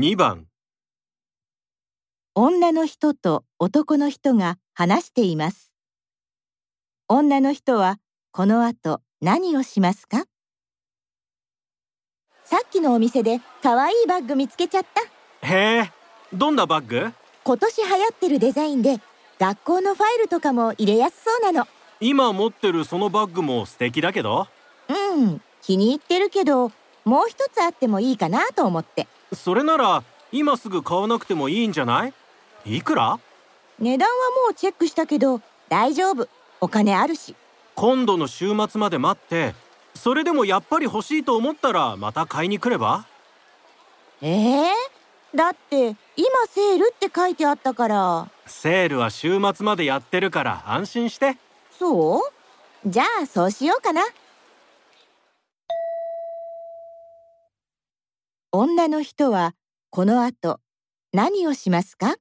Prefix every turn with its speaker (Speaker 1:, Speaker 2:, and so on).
Speaker 1: 2番、
Speaker 2: 女の人と男の人が話しています。女の人はこの後何をしますかさっきのお店で可愛いバッグ見つけちゃった。
Speaker 1: へえ、どんなバッグ
Speaker 2: 今年流行ってるデザインで学校のファイルとかも入れやすそうなの。
Speaker 1: 今持ってるそのバッグも素敵だけど、
Speaker 2: うん、気に入ってるけど、もう一つあってもいいかなと思って。
Speaker 1: それなら今すぐ買わなくてもいいんじゃないいくら
Speaker 2: 値段はもうチェックしたけど大丈夫。お金あるし。
Speaker 1: 今度の週末まで待って、それでもやっぱり欲しいと思ったらまた買いに来れば
Speaker 2: ええだって今セールって書いてあったから。
Speaker 1: セールは週末までやってるから安心して。
Speaker 2: そうじゃあそうしようかな。女の人はこの後何をしますか